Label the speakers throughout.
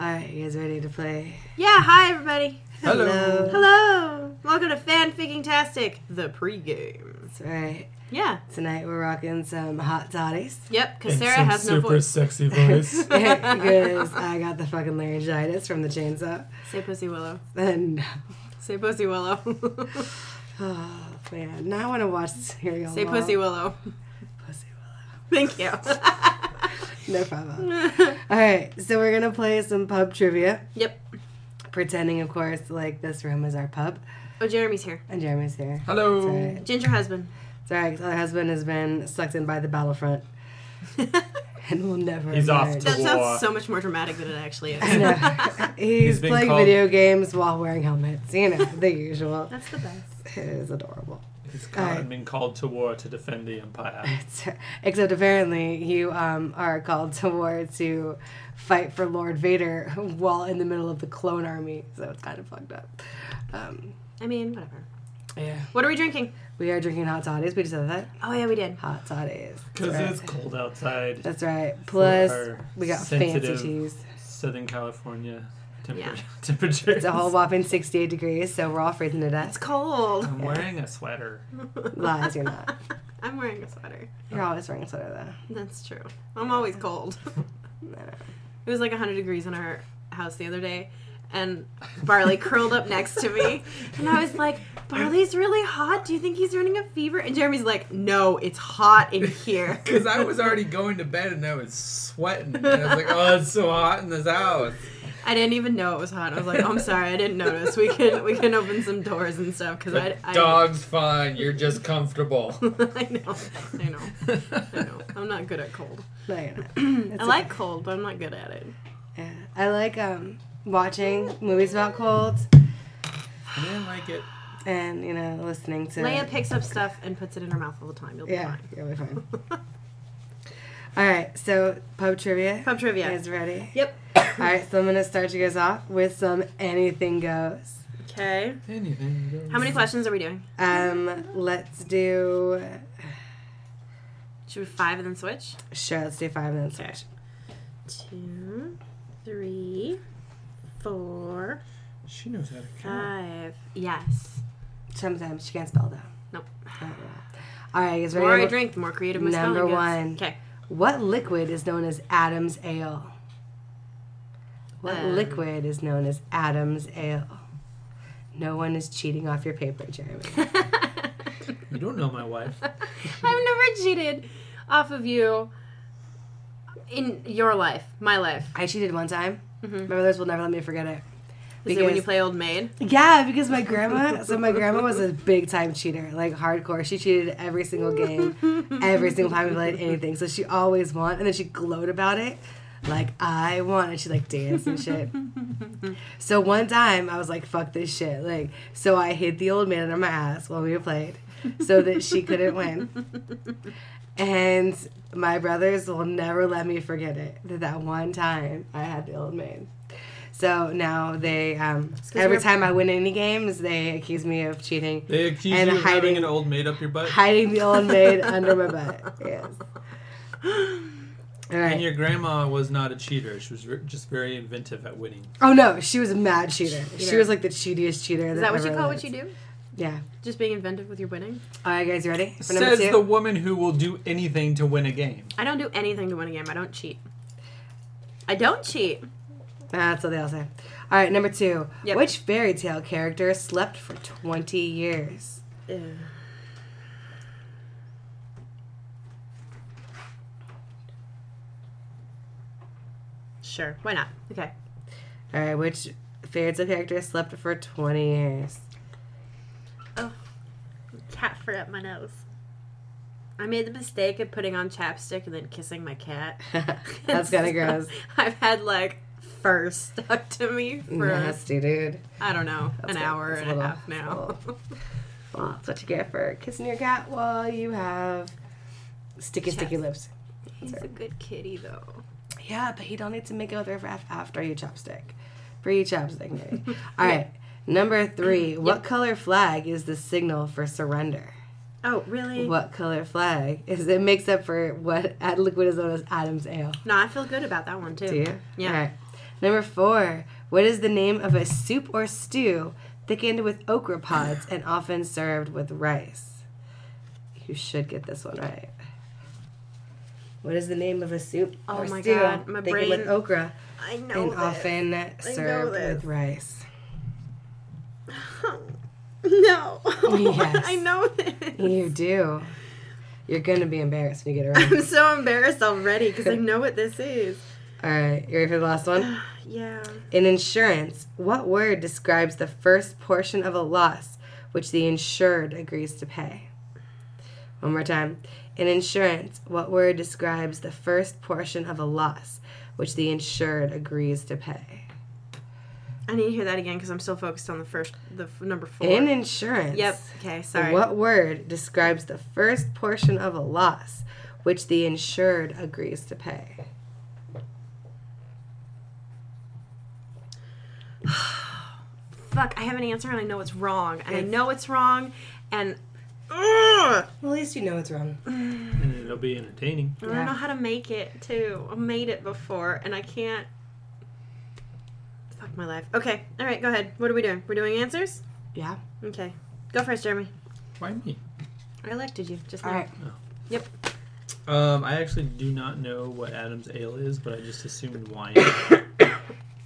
Speaker 1: All right, you guys ready to play?
Speaker 2: Yeah, hi everybody.
Speaker 3: Hello.
Speaker 2: Hello. Welcome to Fanficking Tastic, the pregame.
Speaker 1: That's right.
Speaker 2: Yeah.
Speaker 1: Tonight we're rocking some hot toddies
Speaker 2: Yep, because
Speaker 3: And
Speaker 2: Sarah
Speaker 3: some
Speaker 2: has no
Speaker 3: super
Speaker 2: voice.
Speaker 3: sexy voice.
Speaker 1: because I got the fucking laryngitis from the chainsaw.
Speaker 2: Say Pussy Willow.
Speaker 1: And
Speaker 2: Say Pussy Willow.
Speaker 1: oh man, now I want to watch this serial.
Speaker 2: Say
Speaker 1: mom.
Speaker 2: Pussy Willow.
Speaker 1: Pussy Willow.
Speaker 2: Thank you.
Speaker 1: No problem. All right, so we're gonna play some pub trivia,
Speaker 2: yep.
Speaker 1: pretending, of course, like this room is our pub,
Speaker 2: Oh, Jeremy's here.
Speaker 1: and Jeremy's here.
Speaker 3: Hello.
Speaker 1: Sorry.
Speaker 2: Ginger husband.
Speaker 1: Sorry, her husband has been sucked in by the battlefront
Speaker 2: that
Speaker 1: and will never.
Speaker 3: He's off
Speaker 1: emerge.
Speaker 3: to-
Speaker 2: sounds so much more dramatic than it actually
Speaker 1: I
Speaker 2: is.
Speaker 1: know. He's,
Speaker 3: He's been
Speaker 1: playing
Speaker 3: called-
Speaker 1: video games while wearing helmets. You know, the usual.
Speaker 2: That's the best.
Speaker 1: It is adorable.
Speaker 3: He's
Speaker 1: All
Speaker 3: called,
Speaker 1: right.
Speaker 3: been called to war to defend the empire.
Speaker 1: It's, except apparently you um, are called to war to fight for Lord Vader while in the middle of the clone army. So it's kind of fucked up. Um,
Speaker 2: I mean, whatever.
Speaker 1: yeah.
Speaker 2: What are we drinking?
Speaker 1: We are drinking hot toddies. We just said that.
Speaker 2: Oh yeah, we did.
Speaker 1: Hot toddies.
Speaker 3: Because
Speaker 1: That's right.
Speaker 3: it's cold outside.
Speaker 1: That's right. Plus,
Speaker 3: our
Speaker 1: we got
Speaker 3: sensitive-
Speaker 1: fancy cheese.
Speaker 3: Southern California temperature.
Speaker 2: Yeah.
Speaker 3: temperature.
Speaker 1: It's a whole whopping 68 degrees, so we're all freezing to
Speaker 2: It's
Speaker 1: death.
Speaker 2: cold.
Speaker 3: I'm wearing a sweater.
Speaker 1: Lies, you're not.
Speaker 2: I'm wearing a sweater.
Speaker 1: You're always wearing a sweater,
Speaker 2: That's true. I'm always cold.
Speaker 1: though. No.
Speaker 2: It was like 100 degrees in our house the other day, and Barley curled up next to me. And I was like, Barley's really hot. Do you think he's running a fever? And Jeremy's like, No, it's hot in here.
Speaker 4: Because I was already going to bed and I was sweating. And I was like, oh, it's so hot in this house.
Speaker 2: I didn't even know it was hot. I was like, I'm sorry, I didn't notice. We can we can open some doors and stuff because I,
Speaker 4: The
Speaker 2: I
Speaker 4: dog's fine. You're just comfortable.
Speaker 2: I know, I know, I know. I'm not good at cold.
Speaker 1: No, you're not. It's
Speaker 2: I like cold, but I'm not good at it.
Speaker 1: Yeah. I like um, watching movies about colds
Speaker 3: I didn't like it.
Speaker 1: and, you know, listening to.
Speaker 2: Leia picks up stuff and puts it in her mouth all the time. You'll be
Speaker 1: Yeah,
Speaker 2: fine.
Speaker 1: you'll be fine. All right, so pub trivia
Speaker 2: Pub trivia.
Speaker 1: is ready.
Speaker 2: Yep.
Speaker 1: All right, so I'm going to start you guys off with some anything goes.
Speaker 2: Okay.
Speaker 3: Anything goes.
Speaker 2: How many questions are we doing?
Speaker 1: Um, let's do.
Speaker 2: Should we five and then switch?
Speaker 1: Sure, let's do five minutes.
Speaker 2: Okay. two, three, four,
Speaker 3: She knows how to count.
Speaker 2: five. Yes.
Speaker 1: Sometimes she can't spell though.
Speaker 2: Nope.
Speaker 1: Oh, wow. All right, you guys
Speaker 2: The more I
Speaker 1: ready?
Speaker 2: drink, the more creative my
Speaker 1: Number
Speaker 2: spelling
Speaker 1: one.
Speaker 2: Okay.
Speaker 1: What liquid is known as Adam's ale? What
Speaker 2: Um.
Speaker 1: liquid is known as Adam's ale? No one is cheating off your paper, Jeremy.
Speaker 2: Uh,
Speaker 3: You don't know my wife.
Speaker 2: I've never cheated off of you in your life, my life.
Speaker 1: I cheated one time. My brothers will never let me forget it.
Speaker 2: Is it when you play Old Maid?
Speaker 1: Yeah, because my grandma. So my grandma was a big time cheater, like hardcore. She cheated every single game, every single time we played anything. So she always won, and then she glowed about it, like I won, and she like danced and shit. So one time I was like, "Fuck this shit!" Like, so I hit the old man under my ass while we played, so that she couldn't win. And my brothers will never let me forget it. That that one time I had the old man. So now they, um,
Speaker 2: 'cause
Speaker 1: every
Speaker 2: you're-
Speaker 1: time I win any games, they accuse me of cheating,
Speaker 3: They accuse
Speaker 1: And
Speaker 3: you of
Speaker 1: hiding-
Speaker 3: having an old maid up your butt.
Speaker 1: hiding the old maid under my butt. Yes. All
Speaker 3: And
Speaker 1: right.
Speaker 3: your grandma was not a cheater. She was ver- just very inventive at winning.
Speaker 1: Oh no, she was a mad cheater. She
Speaker 2: Cheater.
Speaker 1: was like the cheatiest cheater.
Speaker 2: Is that what you call what you do?
Speaker 1: Yeah.
Speaker 2: Just being inventive with your winning?
Speaker 1: All right, guys, you ready for number
Speaker 3: Says
Speaker 1: two?
Speaker 3: the woman who will do anything to win a game.
Speaker 2: I don't do anything to win a game. I don't cheat. I don't cheat.
Speaker 1: That's what they all say. All right, number two.
Speaker 2: Yep.
Speaker 1: Which fairy tale character slept for 20 years?
Speaker 2: Ew. Sure, why not? Okay.
Speaker 1: All right, which fairy tale character slept for 20 years?
Speaker 2: Cat fur up my nose. I made the mistake of putting on chapstick and then kissing my cat.
Speaker 1: That's kind of gross.
Speaker 2: I've had like fur stuck to me for
Speaker 1: Nasty, dude.
Speaker 2: I don't know
Speaker 1: That's
Speaker 2: an
Speaker 1: good.
Speaker 2: hour
Speaker 1: That's a
Speaker 2: and a
Speaker 1: little-
Speaker 2: half now.
Speaker 1: that's Well, that's what you get for kissing your cat while you have sticky, sticky lips.
Speaker 2: He's a good kitty though.
Speaker 1: Yeah, but he don't need to make out with her af- after you chopstick. Pre chopstick, maybe. All right, number three. What color flag is the signal for surrender?
Speaker 2: Oh really?
Speaker 1: What color flag is it makes up for what at liquid is known as Adam's ale?
Speaker 2: No, I feel good about that one too.
Speaker 1: Do you?
Speaker 2: Yeah.
Speaker 1: All right. Number four, what is the name of a soup or stew thickened with okra pods and often served with rice? You should get this one right. What is the name of a soup
Speaker 2: Oh
Speaker 1: or
Speaker 2: my
Speaker 1: stew
Speaker 2: God, my
Speaker 1: thickened with
Speaker 2: brain-
Speaker 1: okra
Speaker 2: I
Speaker 1: and often served
Speaker 2: this.
Speaker 1: with rice?
Speaker 2: No.
Speaker 1: Yes.
Speaker 2: I know this.
Speaker 1: You do. You're gonna be embarrassed when you get it right.
Speaker 2: I'm so embarrassed already because I know what this is.
Speaker 1: All right, you ready for the last one?
Speaker 2: Yeah.
Speaker 1: In insurance, what word describes the first portion of a loss which the insured agrees to pay? One more time. In insurance, what word describes the first portion of a loss which the insured agrees to pay?
Speaker 2: I need to hear that again because I'm so focused on the first, the f- number four.
Speaker 1: In insurance.
Speaker 2: Yep. Okay. Sorry.
Speaker 1: What word describes the first portion of a loss which the insured agrees to pay?
Speaker 2: Fuck. I have an answer and I know it's wrong and I know it's wrong and. Ugh!
Speaker 1: Well, at least you know it's wrong.
Speaker 3: and it'll be entertaining.
Speaker 2: I don't
Speaker 1: Yeah.
Speaker 2: know how to make it too. I made it before and I can't. Fuck my life. Okay. All right. Go ahead. What are we doing? We're doing answers.
Speaker 1: Yeah.
Speaker 2: Okay. Go first, Jeremy.
Speaker 3: Why me?
Speaker 2: I elected you just now.
Speaker 1: All right.
Speaker 3: Um, I actually do not know what Adam's ale is, but I just assumed wine.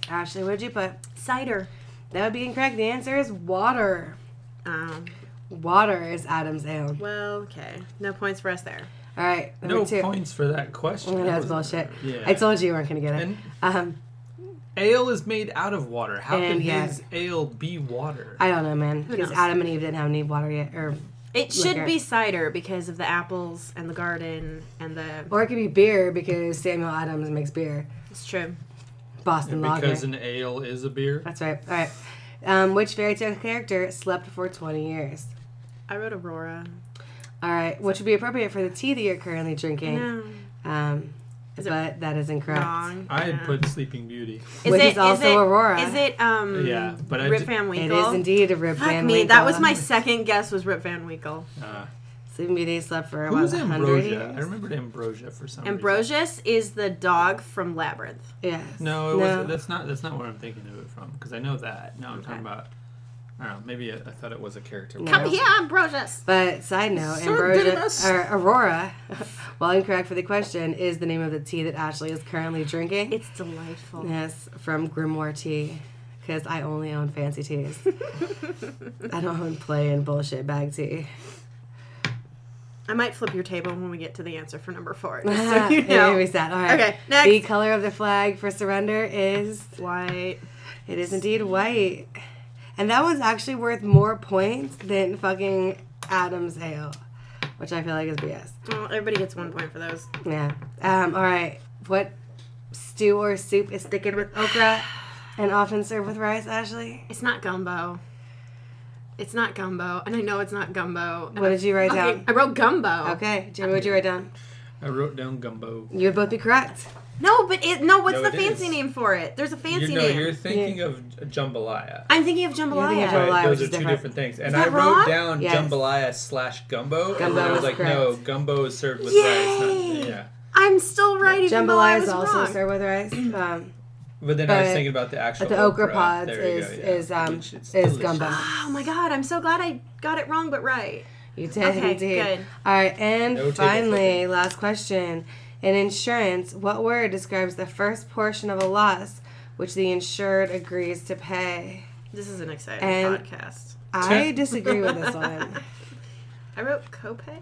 Speaker 1: Ashley, what'd you put?
Speaker 2: Cider.
Speaker 1: That would be incorrect. The answer is water.
Speaker 2: Um.
Speaker 1: Water is Adam's ale.
Speaker 2: Well. Okay. No points for us there.
Speaker 1: All right, number
Speaker 3: no
Speaker 1: two.
Speaker 3: points for that question.
Speaker 1: Yeah, that's
Speaker 3: That was-
Speaker 1: bullshit.
Speaker 3: Yeah.
Speaker 1: I told you you weren't gonna get it.
Speaker 3: and
Speaker 1: um,
Speaker 3: ale is made out of water. How can
Speaker 1: And, yeah.
Speaker 3: his ale be water?
Speaker 1: I don't know, man. Because
Speaker 2: knows?
Speaker 1: Adam and Eve didn't have any water yet, or
Speaker 2: It should
Speaker 1: Liquor.
Speaker 2: be cider because of the apples and the garden and the.
Speaker 1: or it could be beer because Samuel Adams makes beer,
Speaker 2: It's true.
Speaker 1: Boston lager.
Speaker 3: because an ale is a beer.
Speaker 1: That's right. All right. Um, which fairy tale character slept for 20 years?
Speaker 2: I wrote Aurora.
Speaker 1: All right, which would be appropriate for the tea that you're currently drinking.
Speaker 2: No.
Speaker 1: Um,
Speaker 2: Is it
Speaker 1: but that is incorrect.
Speaker 2: Wrong.
Speaker 3: I had
Speaker 2: Yeah.
Speaker 3: put Sleeping Beauty.
Speaker 1: Which is also
Speaker 2: it,
Speaker 1: Aurora.
Speaker 2: Is it
Speaker 1: Mm.
Speaker 2: um?
Speaker 3: Yeah, but I
Speaker 2: Rip
Speaker 3: did-
Speaker 2: Van
Speaker 1: It
Speaker 2: Winkle.
Speaker 1: is indeed a Rip
Speaker 2: Fuck
Speaker 1: Van
Speaker 2: me.
Speaker 1: Winkle.
Speaker 2: That was my second guess. Was Rip Van Winkle?
Speaker 3: Uh,
Speaker 1: Sleeping Beauty slept for about
Speaker 3: who's
Speaker 1: 100
Speaker 3: Ambrosia? I
Speaker 1: years.
Speaker 3: remembered Ambrosia for some reason.
Speaker 2: Ambrosius is the dog from Labyrinth.
Speaker 1: Yes.
Speaker 3: No, it was that's not that's not where I'm thinking of it from because I know that. Now I'm talking about. I don't know. Maybe I, I thought it was a character.
Speaker 1: No.
Speaker 2: Come here, Ambrosius.
Speaker 1: But side note,
Speaker 3: Sir
Speaker 1: Ambrosia
Speaker 3: Didymus.
Speaker 1: or Aurora, while incorrect for the question, is the name of the tea that Ashley is currently drinking.
Speaker 2: It's delightful.
Speaker 1: yes, from Grimoire Tea, because I only own fancy teas. I don't own play and bullshit bag tea.
Speaker 2: I might flip your table when we get to the answer for number four. Just so you
Speaker 1: It made me
Speaker 2: know.
Speaker 1: sad. All right.
Speaker 2: Okay, next.
Speaker 1: The color of the flag for surrender is
Speaker 2: White.
Speaker 1: it is indeed white, and that one's actually worth more points than fucking Adam's ale, which I feel like is BS.
Speaker 2: Well, everybody gets one point for those.
Speaker 1: Yeah. Um, all right. What stew or soup is thickened with okra and often served with rice, Ashley?
Speaker 2: It's not gumbo. It's not gumbo, and I know it's not gumbo. and
Speaker 1: What
Speaker 2: I
Speaker 1: did you write
Speaker 2: fucking-
Speaker 1: down?
Speaker 2: I wrote gumbo.
Speaker 1: Okay. Jeremy, what'd you write down?
Speaker 3: I wrote down gumbo.
Speaker 1: You would both be correct.
Speaker 2: No, but it, no. What's
Speaker 4: No,
Speaker 2: the
Speaker 4: it
Speaker 2: fancy
Speaker 4: is.
Speaker 2: name for it? There's a
Speaker 4: You
Speaker 2: fancy
Speaker 4: know,
Speaker 2: name.
Speaker 4: you're thinking of j- jambalaya.
Speaker 2: I'm thinking of jambalaya.
Speaker 1: thinking of jambalaya.
Speaker 4: Right,
Speaker 1: which
Speaker 4: those are
Speaker 1: is
Speaker 4: two
Speaker 1: different.
Speaker 4: different, things. And
Speaker 2: that
Speaker 4: I wrote
Speaker 2: wrong?
Speaker 4: down
Speaker 1: Yes.
Speaker 4: jambalaya slash gumbo,
Speaker 1: Gumbo
Speaker 4: and then I
Speaker 1: was
Speaker 4: was like, no, gumbo is served with rice.
Speaker 2: Yay!
Speaker 4: Not, yeah.
Speaker 2: I'm still writing jambalaya.
Speaker 1: Jambalaya
Speaker 2: Was
Speaker 1: is also
Speaker 2: wrong.
Speaker 1: served with rice. Um,
Speaker 4: But then I was
Speaker 1: But-
Speaker 4: thinking about the actual
Speaker 1: but the okra pods
Speaker 4: There you
Speaker 1: is
Speaker 4: go, yeah.
Speaker 1: is um
Speaker 4: Which
Speaker 1: is
Speaker 4: is
Speaker 1: gumbo.
Speaker 4: delicious.
Speaker 2: Oh my god! I'm so glad I got it wrong, but right.
Speaker 1: You did
Speaker 2: Okay,
Speaker 1: indeed.
Speaker 2: good.
Speaker 1: All right, and
Speaker 4: No table
Speaker 1: finally,
Speaker 4: flipping.
Speaker 1: last question. In insurance, what word describes the first portion of a loss which the insured agrees to pay?
Speaker 2: This is an exciting
Speaker 1: And-
Speaker 2: podcast.
Speaker 1: I disagree with this one.
Speaker 2: I wrote copay.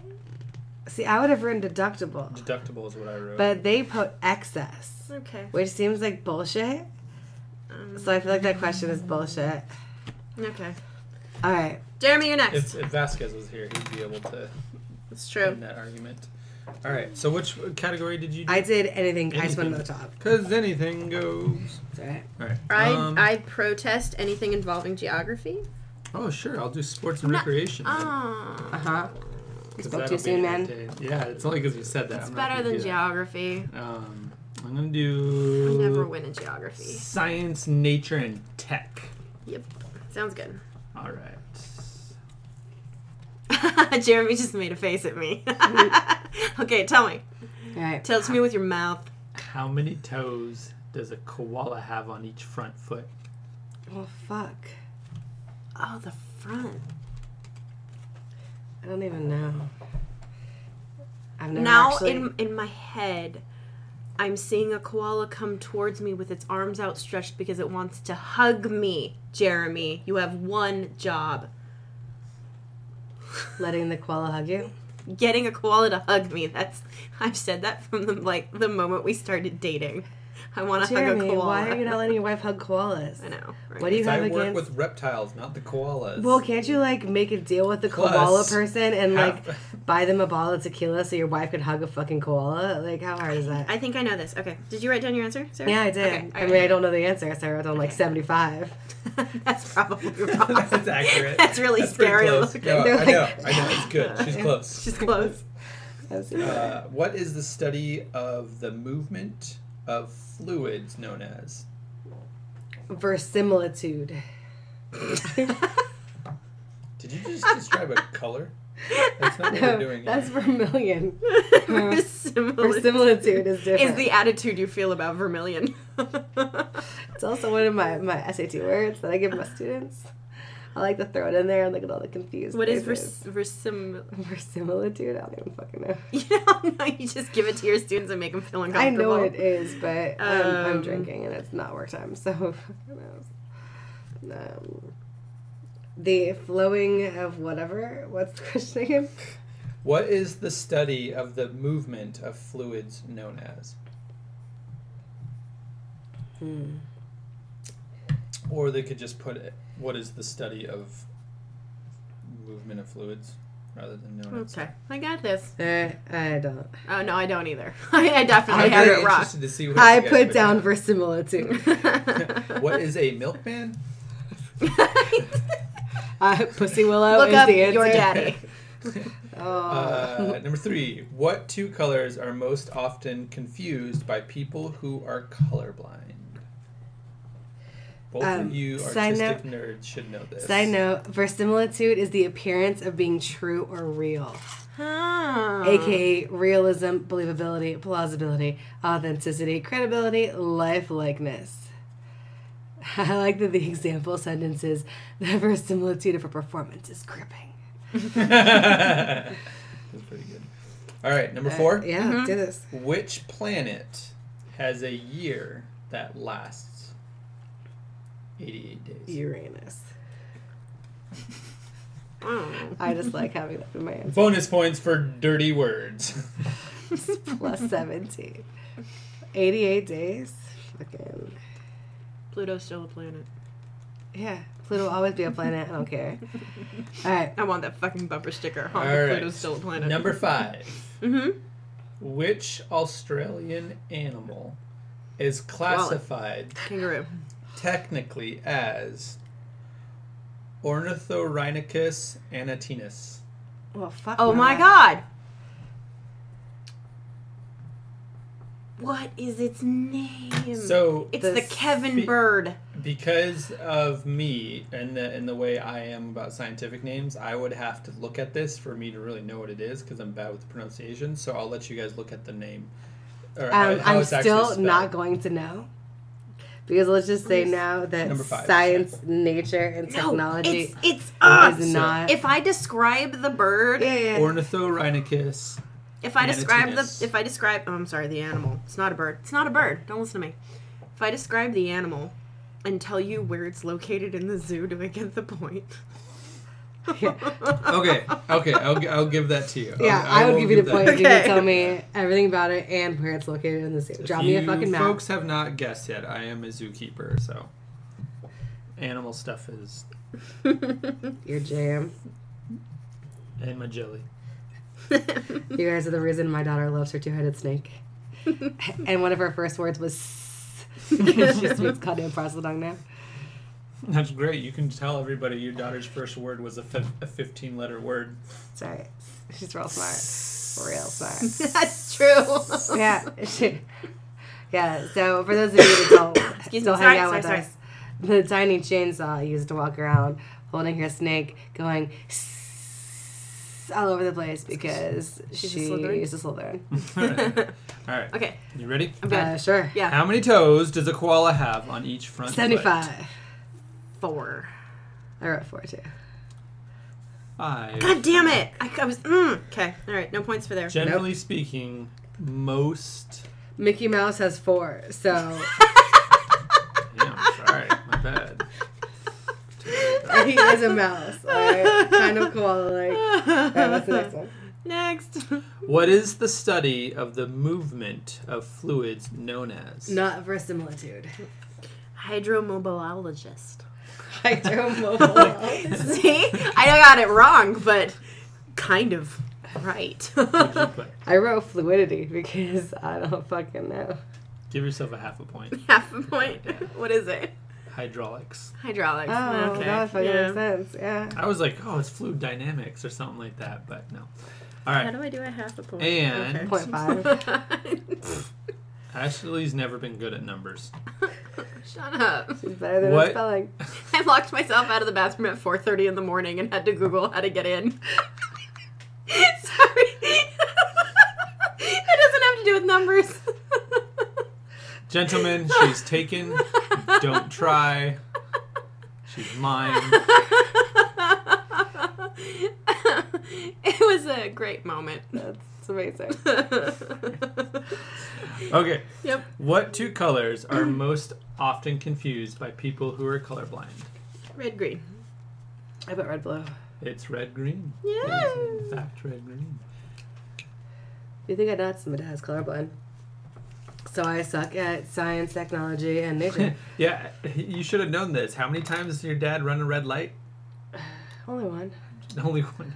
Speaker 1: See, I would have written deductible.
Speaker 4: Deductible is what I wrote.
Speaker 1: But they put excess,
Speaker 2: Okay. um,
Speaker 1: which seems like bullshit. So I feel like that question is bullshit.
Speaker 2: Okay.
Speaker 1: All right.
Speaker 2: Jeremy, you're next.
Speaker 4: if, if Vasquez was here, he'd be able to
Speaker 2: It's
Speaker 4: win
Speaker 2: true.
Speaker 4: that argument.
Speaker 3: All right. So which category did you? do?
Speaker 1: I did anything. I just went to the top.
Speaker 3: Because anything goes.
Speaker 1: It's all right.
Speaker 3: All right.
Speaker 2: I
Speaker 3: um,
Speaker 2: I protest anything involving geography.
Speaker 3: oh sure, I'll do sports and
Speaker 2: No,
Speaker 3: recreation. then,
Speaker 1: Uh
Speaker 2: Oh,
Speaker 1: huh.
Speaker 3: 'cause
Speaker 1: Spoke
Speaker 3: that'll
Speaker 1: too
Speaker 3: be
Speaker 1: soon, man.
Speaker 3: entertaining. Yeah, it's only because you said that.
Speaker 2: it's
Speaker 3: I'm not
Speaker 2: better
Speaker 3: gonna do
Speaker 2: than
Speaker 3: that. Mm.
Speaker 2: geography.
Speaker 3: Um, I'm gonna
Speaker 2: I
Speaker 3: do.
Speaker 2: never win in geography.
Speaker 3: Science, nature, and tech.
Speaker 2: Yep. Sounds good.
Speaker 3: All right.
Speaker 2: Jeremy just made a face at me. okay, tell me.
Speaker 1: All right.
Speaker 2: Tell it to me with your mouth.
Speaker 3: How many toes does a koala have on each front foot?
Speaker 1: Well, fuck.
Speaker 2: Oh, the front.
Speaker 1: I don't even know. I've never
Speaker 2: now
Speaker 1: actually-
Speaker 2: in in my head, I'm seeing a koala come towards me with its arms outstretched because it wants to hug me. Jeremy, you have one job:
Speaker 1: letting the koala hug you.
Speaker 2: getting a koala to hug me. That's I've said that from the like the moment we started dating. I want to hug a
Speaker 1: Jeremy,
Speaker 2: koala.
Speaker 1: why are you not letting your wife hug koalas?
Speaker 2: I know. right?
Speaker 1: What do you
Speaker 4: I
Speaker 1: have
Speaker 4: work
Speaker 1: against?
Speaker 4: with reptiles, not the koalas.
Speaker 1: Well, can't you like make a deal with the
Speaker 4: Plus,
Speaker 1: koala person and like
Speaker 4: half-
Speaker 1: buy them a bottle of tequila so your wife could hug a fucking koala? Like, how hard is that?
Speaker 2: I think I know this. Okay. Did you write down your answer, Sarah?
Speaker 1: yeah, I did.
Speaker 2: Okay,
Speaker 1: I
Speaker 2: all
Speaker 1: mean, I don't know the answer, so I wrote down like
Speaker 2: Okay.
Speaker 1: 75.
Speaker 2: right. That's probably wrong.
Speaker 4: That's accurate.
Speaker 2: That's really
Speaker 4: pretty
Speaker 2: scary
Speaker 4: close.
Speaker 2: looking.
Speaker 4: No,
Speaker 1: They're
Speaker 4: I know.
Speaker 1: like-
Speaker 4: I know. It's good. She's close.
Speaker 2: She's close.
Speaker 4: Uh, what is the study of the movement of fluids known as?
Speaker 1: Versimilitude.
Speaker 4: Did you just describe a color? That's not what we're doing.
Speaker 1: That's vermilion.
Speaker 2: Versimilitude
Speaker 1: Versimilitude is different.
Speaker 2: is the attitude you feel about vermilion.
Speaker 1: It's also one of my, my SAT words that I give my students. I like to throw it in there and look at all the confused.
Speaker 2: what is
Speaker 1: faces.
Speaker 2: vers- versim?
Speaker 1: versimilitude? I don't even fucking know.
Speaker 2: You don't know. You just give it to your students and make them feel
Speaker 1: I
Speaker 2: uncomfortable.
Speaker 1: know it is, but I'm, I'm
Speaker 2: Um,
Speaker 1: drinking and it's not work time, so who knows? Um, the flowing of whatever. What's the question again?
Speaker 4: What is the study of the movement of fluids known as?
Speaker 2: Hmm.
Speaker 4: Or they could just put it, what is the study of movement of fluids rather than known as?
Speaker 2: Okay, I got this.
Speaker 1: Uh, I don't.
Speaker 2: Oh no, I don't either. I, I definitely
Speaker 4: I'm
Speaker 2: had
Speaker 4: very
Speaker 2: it wrong.
Speaker 4: interested to see what
Speaker 1: I
Speaker 4: you guys
Speaker 1: put down
Speaker 4: down.
Speaker 1: versimilitude.
Speaker 4: what is a milkman?
Speaker 1: Uh, Pussy Willow
Speaker 2: Look
Speaker 1: is
Speaker 2: up
Speaker 1: the answer.
Speaker 2: your daddy.
Speaker 1: Oh.
Speaker 4: Uh, number three. What two colors are most often confused by people who are colorblind? Both
Speaker 1: Um,
Speaker 4: of you
Speaker 1: side
Speaker 4: artistic
Speaker 1: note-
Speaker 4: nerds should know this.
Speaker 1: Side note: Versimilitude is the appearance of being true or real,
Speaker 2: Huh.
Speaker 1: Uh. aka realism, believability, plausibility, authenticity, credibility, lifelikeness. I like that the example sentence is the verisimilitude of a performance is gripping.
Speaker 4: That's pretty good. All right, number four.
Speaker 1: Uh, yeah, do this.
Speaker 4: Which planet has a year that lasts 88 days?
Speaker 1: Uranus.
Speaker 2: Oh.
Speaker 1: I just like having that in my answer.
Speaker 4: Bonus points for dirty words.
Speaker 1: Plus 17. 88 days. Fucking.
Speaker 2: Pluto's still a planet.
Speaker 1: Yeah. Pluto will always be a planet. I don't care. All right.
Speaker 2: I want that fucking bumper sticker. Huh?
Speaker 4: All right.
Speaker 2: Pluto's still a planet.
Speaker 4: number five.
Speaker 2: Mm-hmm.
Speaker 4: Which Australian animal is classified
Speaker 2: Kangaroo.
Speaker 4: technically as Ornithorhynchus anatinus?
Speaker 1: Well, fuck.
Speaker 2: Oh my
Speaker 1: life.
Speaker 2: god. What is its
Speaker 1: Hmm.
Speaker 2: name?
Speaker 4: So,
Speaker 2: it's
Speaker 1: The
Speaker 2: the Kevin
Speaker 4: spe-
Speaker 2: Bird.
Speaker 4: because of me and the and the way I am about scientific names, I would have to look at this for me to really know what it is because I'm bad with the pronunciation. So I'll let you guys look at the name. Or
Speaker 1: Um, I'm
Speaker 4: it's actually
Speaker 1: still not
Speaker 4: spelled.
Speaker 1: going to know. Because let's just say now that
Speaker 4: Number five.
Speaker 1: science, nature, and technology
Speaker 2: No, it's it's uh,
Speaker 1: is not.
Speaker 2: if I describe the bird,
Speaker 1: yeah, yeah.
Speaker 4: Ornithorhynchus.
Speaker 2: if I describe the
Speaker 4: Manatinus.
Speaker 2: if I describe oh, I'm sorry, the animal. It's not a bird. It's not a bird. Don't listen to me. If I describe the animal and tell you where it's located in the zoo, do I get the point?
Speaker 4: Okay, okay, I'll, I'll give that to you.
Speaker 1: Yeah, I, would
Speaker 4: will
Speaker 1: give you the
Speaker 4: that
Speaker 1: point if you
Speaker 2: Okay.
Speaker 1: could tell me everything about it and where it's located in the zoo. Draw
Speaker 4: If
Speaker 1: me a
Speaker 4: you
Speaker 1: fucking map.
Speaker 4: folks-
Speaker 3: Folks have not guessed yet. I am a zookeeper, so animal stuff is
Speaker 1: Your jam.
Speaker 3: in my jelly.
Speaker 1: You guys are the reason my daughter loves her two-headed snake. and one of her first words was "S," because she speaks goddamn Parseldong now.
Speaker 3: That's great. You can tell everybody your daughter's first word was a, fif- a 15 letter word.
Speaker 1: Sorry, she's real smart, real smart.
Speaker 2: That's true.
Speaker 1: yeah. she- yeah. So for those of you that don't
Speaker 2: Excuse me,
Speaker 1: don't
Speaker 2: sorry,
Speaker 1: hang out
Speaker 2: sorry,
Speaker 1: with
Speaker 2: sorry.
Speaker 1: us, the tiny chainsaw used to walk around holding her snake, going "Sss," all over the place because
Speaker 2: She's a
Speaker 1: she
Speaker 2: Slytherin?
Speaker 1: is a Slytherin.
Speaker 4: All right.
Speaker 2: Okay.
Speaker 4: You ready?
Speaker 2: I'm good.
Speaker 1: Uh, sure.
Speaker 2: yeah.
Speaker 4: How many toes does a koala have on each front? foot?
Speaker 1: 75.
Speaker 2: Four.
Speaker 1: I wrote 4 too.
Speaker 4: Five.
Speaker 2: God damn it! I, I was. Mm. Okay. All right. No points for there.
Speaker 4: Generally speaking, most.
Speaker 1: Mickey Mouse has 4. So
Speaker 4: Yeah, I'm sorry. My bad.
Speaker 1: he is a mouse. All right? Kind of koala like. All right, what's the next one?
Speaker 2: Next.
Speaker 4: What is the study of the movement of fluids known as?
Speaker 1: Not verisimilitude.
Speaker 2: Hydromobilologist.
Speaker 1: Hydromobile.
Speaker 2: See? I got it wrong, but kind of right.
Speaker 4: Good play.
Speaker 1: I wrote fluidity because I don't fucking know.
Speaker 4: Give yourself a half a point.
Speaker 2: Half a point. What is it?
Speaker 4: Hydraulics.
Speaker 2: Hydraulics.
Speaker 1: Oh,
Speaker 2: okay.
Speaker 1: that fucking makes
Speaker 2: yeah.
Speaker 1: sense. Yeah.
Speaker 4: I was like, oh, it's fluid dynamics or something like that, but no. All
Speaker 2: How
Speaker 4: right.
Speaker 2: do I do a half a point?
Speaker 4: And-
Speaker 2: Okay.
Speaker 1: Point five.
Speaker 4: Ashley's never been good at numbers.
Speaker 2: Shut up.
Speaker 1: She's better than
Speaker 4: What?
Speaker 1: her spelling.
Speaker 2: I locked myself out of the bathroom at 4.30 in the morning and had to Google how to get in. Sorry. it doesn't have to do with numbers.
Speaker 4: Gentlemen, she's taken. Don't try. She's mine.
Speaker 2: it was a great moment.
Speaker 1: That's amazing.
Speaker 4: Okay.
Speaker 2: Yep.
Speaker 4: What two colors are most often confused by people who are colorblind?
Speaker 2: Red green.
Speaker 1: I put red blue.
Speaker 4: It's red green.
Speaker 2: Yeah.
Speaker 4: It is, in fact, red green.
Speaker 1: You think I know it's my dad's colorblind? So I suck at science, technology, and nature.
Speaker 4: Yeah, you should have known this. How many times has your dad run a red light?
Speaker 1: Only one.
Speaker 4: Only one.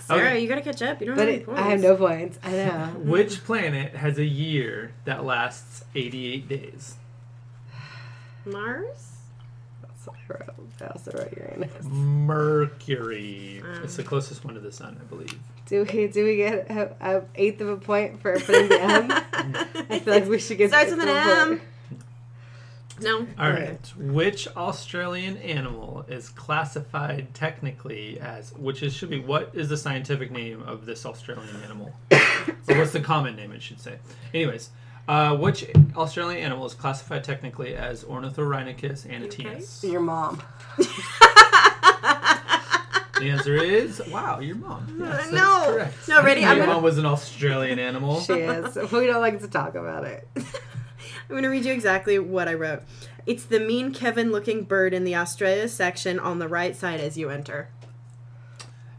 Speaker 2: Sarah,
Speaker 4: Okay.
Speaker 2: you gotta catch up. You don't
Speaker 1: But
Speaker 2: have any
Speaker 1: it,
Speaker 2: points.
Speaker 1: I have no points. I know.
Speaker 4: Which planet has a year that lasts 88 days?
Speaker 2: Mars.
Speaker 1: That's what I wrote. I also wrote Uranus.
Speaker 4: Mercury. It's the closest one to the sun, I believe.
Speaker 1: Do we do we get a, a eighth of a point for putting the M? I feel like we should get
Speaker 2: Starts with an
Speaker 1: the full
Speaker 2: M.
Speaker 1: point.
Speaker 2: No.
Speaker 4: All
Speaker 1: Okay.
Speaker 4: right. Which Australian animal is classified technically as, which is, should be, what is the scientific name of this Australian animal? or what's the common name, it should say. Anyways, uh, which Australian animal is classified technically as Ornithorhynchus anatinus?
Speaker 1: Your mom.
Speaker 4: The answer is, wow, your mom. Yes, that is
Speaker 2: No.
Speaker 4: correct.
Speaker 2: No, ready?
Speaker 4: Your
Speaker 2: I'm
Speaker 4: mom
Speaker 2: gonna,
Speaker 4: was an Australian animal.
Speaker 1: She is. we don't like to talk about it.
Speaker 2: I'm gonna read you exactly what I wrote. It's the mean Kevin looking bird in the Australia section on the right side as you enter.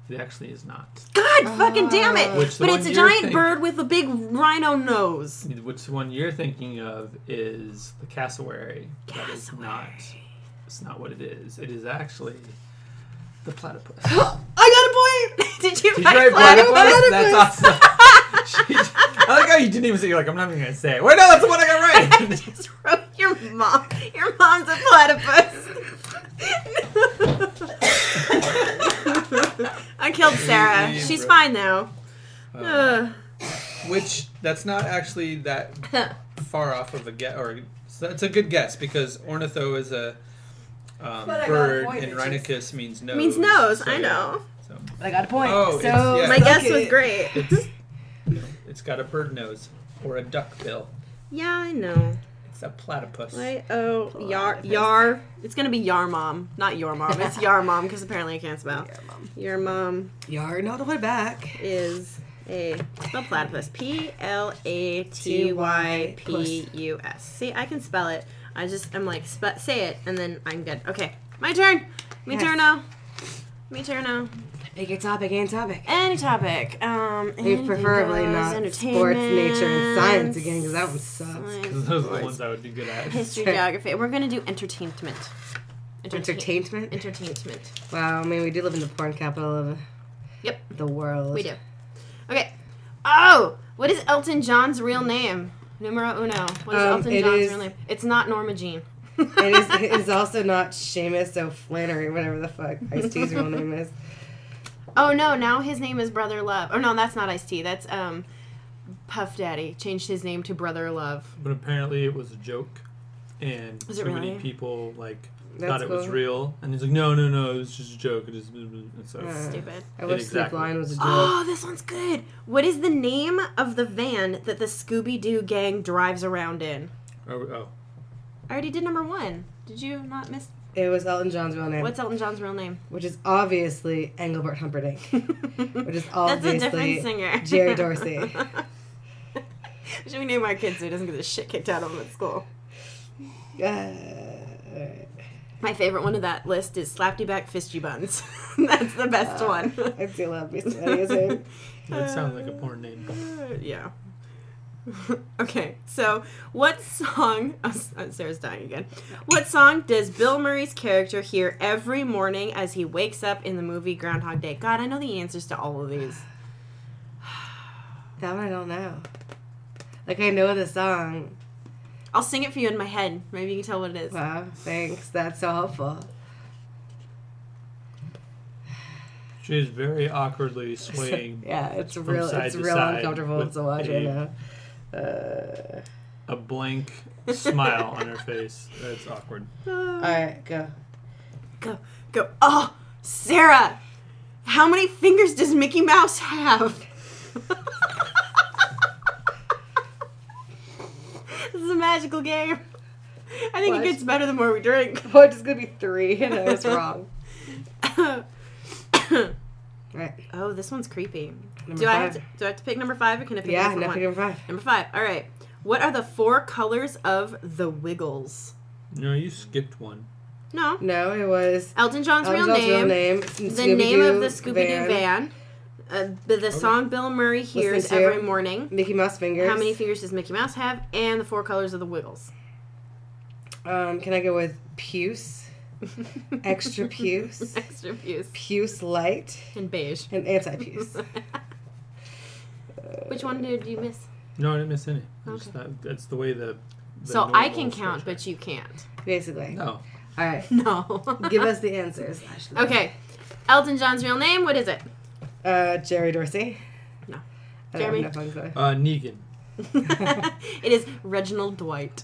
Speaker 4: It actually is not.
Speaker 2: God fucking damn it!
Speaker 4: Which the
Speaker 2: but
Speaker 4: one
Speaker 2: it's a
Speaker 4: you're
Speaker 2: giant
Speaker 4: thinking-
Speaker 2: bird with a big rhino nose.
Speaker 4: Which one you're thinking of is the cassowary. That is not. It's not what it is. It is actually the platypus. Did
Speaker 2: I got a point! Did you
Speaker 4: you
Speaker 2: write
Speaker 4: write platypus?
Speaker 2: platypus?
Speaker 4: That's awesome. She- I like how you didn't even say. You're like, I'm not even gonna say. it. Wait, no, that's the one I got
Speaker 2: I
Speaker 4: right.
Speaker 2: just wrote your mom. Your mom's a platypus. I killed Sarah.
Speaker 5: Yeah,
Speaker 2: She's
Speaker 5: bro.
Speaker 2: fine now.
Speaker 4: Um, Uh,
Speaker 2: Ugh.
Speaker 5: Which that's not actually that far off of a guess, or so that's a good guess because ornitho is a um,
Speaker 1: But I got a
Speaker 5: bird,
Speaker 1: point,
Speaker 5: and
Speaker 1: it just-
Speaker 5: rhinochus means nose.
Speaker 2: means nose.
Speaker 5: so
Speaker 2: I
Speaker 5: yeah.
Speaker 2: know.
Speaker 5: So
Speaker 1: I got a point.
Speaker 5: Oh,
Speaker 1: so
Speaker 5: it's- yeah.
Speaker 2: My
Speaker 5: Suck
Speaker 2: guess was great.
Speaker 5: it's it's got a bird nose or a duck bill.
Speaker 2: Yeah, I know.
Speaker 5: It's a platypus.
Speaker 2: Y O oh, yar
Speaker 1: Platypus.
Speaker 2: yar. It's gonna be yar mom, not your mom. It's yar mom because apparently I can't spell.
Speaker 1: Your mom.
Speaker 2: Your mom
Speaker 1: You're not the way back.
Speaker 2: is a spell platypus. P L A T Y P U S. See, I can spell it. I just I'm like spe- say it and then I'm good. Okay, my turn. Me
Speaker 1: Yes.
Speaker 2: turn now. Me turn now.
Speaker 1: Pick your topic and topic.
Speaker 2: Any topic. Um,
Speaker 1: You
Speaker 2: anything
Speaker 1: preferably
Speaker 2: goes,
Speaker 1: not sports,
Speaker 2: entertainment,
Speaker 1: nature, and science again because that one sucks.
Speaker 2: science,
Speaker 4: Those are the
Speaker 2: sports,
Speaker 4: ones I would be good at.
Speaker 2: History,
Speaker 1: Okay.
Speaker 2: geography. We're gonna do entertainment. Entertain-
Speaker 1: Entertainment.
Speaker 2: Entertainment.
Speaker 1: Wow, I mean we do live in the porn capital of
Speaker 2: Yep.
Speaker 1: the world.
Speaker 2: We do. Okay. Oh, what is Elton John's real name? Numero uno. What is
Speaker 1: Um,
Speaker 2: Elton
Speaker 1: it
Speaker 2: John's
Speaker 1: is-
Speaker 2: real name? It's not Norma Jean.
Speaker 1: It is, it is also not Seamus O'Flannery, whatever the fuck Ice T's real name is.
Speaker 2: Oh no! Now his name is Brother Love. Oh no, that's not Ice T. That's um, Puff Daddy changed his name to Brother Love.
Speaker 4: But apparently, it was a joke, and
Speaker 2: Was it
Speaker 4: so many
Speaker 2: really?
Speaker 4: people like
Speaker 1: That's
Speaker 3: thought it was
Speaker 1: cool.
Speaker 3: real, and he's like, "No, no, no, it was just a joke." It is and so
Speaker 1: Yeah.
Speaker 2: Stupid.
Speaker 1: I wish Sleep
Speaker 3: Exactly.
Speaker 1: Line was a joke.
Speaker 2: Oh, this one's good. What is the name of the van that the Scooby Doo gang drives around in?
Speaker 3: oh, oh.
Speaker 2: I already did number one. Did you not miss?
Speaker 1: It was Elton John's real name,
Speaker 2: What's Elton John's real name?
Speaker 1: which is obviously Engelbert Humperdinck, which is
Speaker 2: That's a
Speaker 1: obviously
Speaker 2: different singer.
Speaker 1: Jerry Dorsey.
Speaker 2: Should we name our kids so he doesn't get the shit kicked out of him at school?
Speaker 1: Uh, alright.
Speaker 2: My favorite one of that list is Slappy Back Fisty Buns. That's the best
Speaker 1: Uh,
Speaker 2: one.
Speaker 1: I do love me some Eddie Izzard.
Speaker 3: that sounds like a porn name.
Speaker 2: Uh, yeah. okay, so what song? Oh, S- oh, Sarah's dying again. What song does Bill Murray's character hear every morning as he wakes up in the movie Groundhog Day? God, I know the answers to all of these.
Speaker 1: That one I don't know. Like I know the song.
Speaker 2: I'll sing it for you in my head. Maybe you can tell what it is.
Speaker 1: Wow, thanks. That's so helpful.
Speaker 3: She is very awkwardly swaying
Speaker 1: yeah, it's
Speaker 3: From
Speaker 1: real.
Speaker 3: side
Speaker 1: It's
Speaker 3: to
Speaker 1: real
Speaker 3: side
Speaker 1: uncomfortable
Speaker 3: with
Speaker 1: to watch
Speaker 3: a-
Speaker 1: right now. Uh,
Speaker 3: a blank smile on her face. That's awkward.
Speaker 2: Ah.
Speaker 1: all right, go.
Speaker 2: Go, go. Oh, Sarah, how many fingers does Mickey Mouse have? this is a magical game. I think
Speaker 1: What?
Speaker 2: it gets better the more we drink.
Speaker 1: Oh, it's gonna be three, and I was wrong. All right,
Speaker 2: oh, this one's creepy.
Speaker 1: Number
Speaker 2: do I
Speaker 1: five.
Speaker 2: have to, do I have to pick number five or can I pick
Speaker 1: yeah,
Speaker 2: a different
Speaker 1: now pick
Speaker 2: one?
Speaker 1: number five.
Speaker 2: Number five. All right. What are the four colors of the Wiggles?
Speaker 3: No, you skipped one.
Speaker 2: No.
Speaker 1: No, it was
Speaker 2: Elton John's,
Speaker 1: Elton
Speaker 2: real,
Speaker 1: John's
Speaker 2: name,
Speaker 1: real name.
Speaker 2: The name of the Scooby Doo van. Uh, the, the song Bill Murray hears
Speaker 1: to you.
Speaker 2: every morning.
Speaker 1: Mickey Mouse fingers.
Speaker 2: How many fingers does Mickey Mouse have? And the four colors of the Wiggles.
Speaker 1: Um, can I go with puce, extra puce,
Speaker 2: Extra views.
Speaker 1: puce light,
Speaker 2: And beige.
Speaker 1: and anti puce?
Speaker 2: Which one did you miss?
Speaker 3: No, I didn't miss any. I just
Speaker 2: Okay.
Speaker 3: thought- that's the way the. the
Speaker 2: So I
Speaker 3: normal
Speaker 2: can count,
Speaker 3: structure-
Speaker 2: but you can't.
Speaker 1: Basically.
Speaker 3: No,
Speaker 1: All right.
Speaker 2: No.
Speaker 1: Give us the answers. Ashley.
Speaker 2: okay. Elton John's real name, what is it?
Speaker 1: Uh, Jerry Dorsey.
Speaker 2: No.
Speaker 1: I don't
Speaker 2: Jeremy.
Speaker 1: have enough on
Speaker 3: uh, Negan.
Speaker 2: it is Reginald Dwight.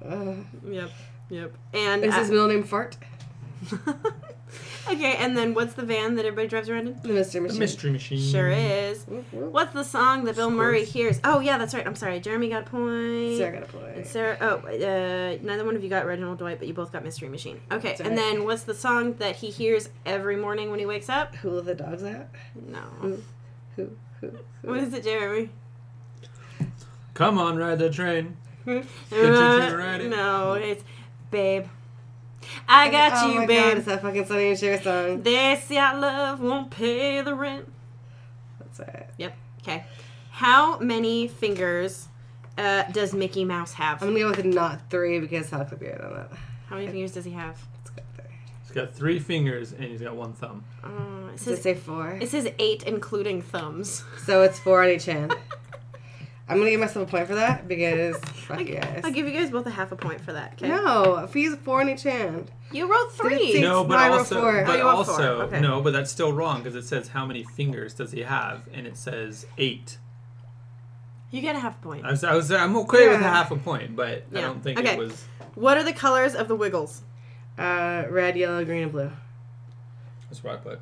Speaker 1: the- Uh,
Speaker 2: Yep. Yep. And
Speaker 1: is his
Speaker 2: uh,
Speaker 1: middle name Fart?
Speaker 2: Okay, and then what's the van that everybody drives around in?
Speaker 1: The Mystery
Speaker 3: The
Speaker 1: Machine.
Speaker 3: mystery machine.
Speaker 2: Sure is.
Speaker 1: Whoop, whoop.
Speaker 2: What's the song that Bill Murray
Speaker 3: Scorch.
Speaker 2: hears? Oh yeah, that's right. I'm sorry. Jeremy got a point.
Speaker 1: Sarah got a point.
Speaker 2: And Sarah, oh, uh, neither one of you got Reginald Dwight, but you both got Mystery Machine. Okay,
Speaker 1: That's
Speaker 2: and
Speaker 1: right.
Speaker 2: then what's the song that he hears every morning when he wakes up?
Speaker 1: Who let the dogs out? Mm.
Speaker 2: No.
Speaker 1: Who? Who? who?
Speaker 2: What is it, Jeremy?
Speaker 3: Come on, ride the train. Get your train right in.
Speaker 2: Uh, no, it's Babe. I got
Speaker 1: oh
Speaker 2: you,
Speaker 1: my God,
Speaker 2: babe.
Speaker 1: it's that fucking Sonny and Cher song.
Speaker 2: They say our love won't pay the rent.
Speaker 1: That's it.
Speaker 2: Yep. Okay. How many fingers uh, does Mickey Mouse have?
Speaker 1: I'm gonna go with not three because how could be right on that?
Speaker 2: How many fingers does he have?
Speaker 1: Let's go with three.
Speaker 3: He's got three fingers and he's got one thumb.
Speaker 2: Uh, it
Speaker 1: Does it
Speaker 2: says
Speaker 1: say four?
Speaker 2: it says eight, including thumbs.
Speaker 1: So it's four on each hand. I'm gonna give myself a point for that because fuck you guys.
Speaker 2: I'll give you guys both a half a point for that. Okay.
Speaker 1: No, if he's four on each hand.
Speaker 2: You wrote three.
Speaker 1: It's
Speaker 3: no, but
Speaker 1: my
Speaker 3: also,
Speaker 1: report.
Speaker 3: but
Speaker 2: Oh, you are four.
Speaker 3: also,
Speaker 2: Okay.
Speaker 3: no, but that's still wrong because it says how many fingers does he have, and it says eight.
Speaker 2: You get a half point.
Speaker 3: I was, I was, I'm okay with a
Speaker 1: Yeah.
Speaker 3: half a point, but I
Speaker 2: Yeah.
Speaker 3: don't think
Speaker 2: Okay.
Speaker 3: it was.
Speaker 2: What are the colors of the Wiggles?
Speaker 1: Uh, red, yellow, green, and blue.
Speaker 4: That's what I put.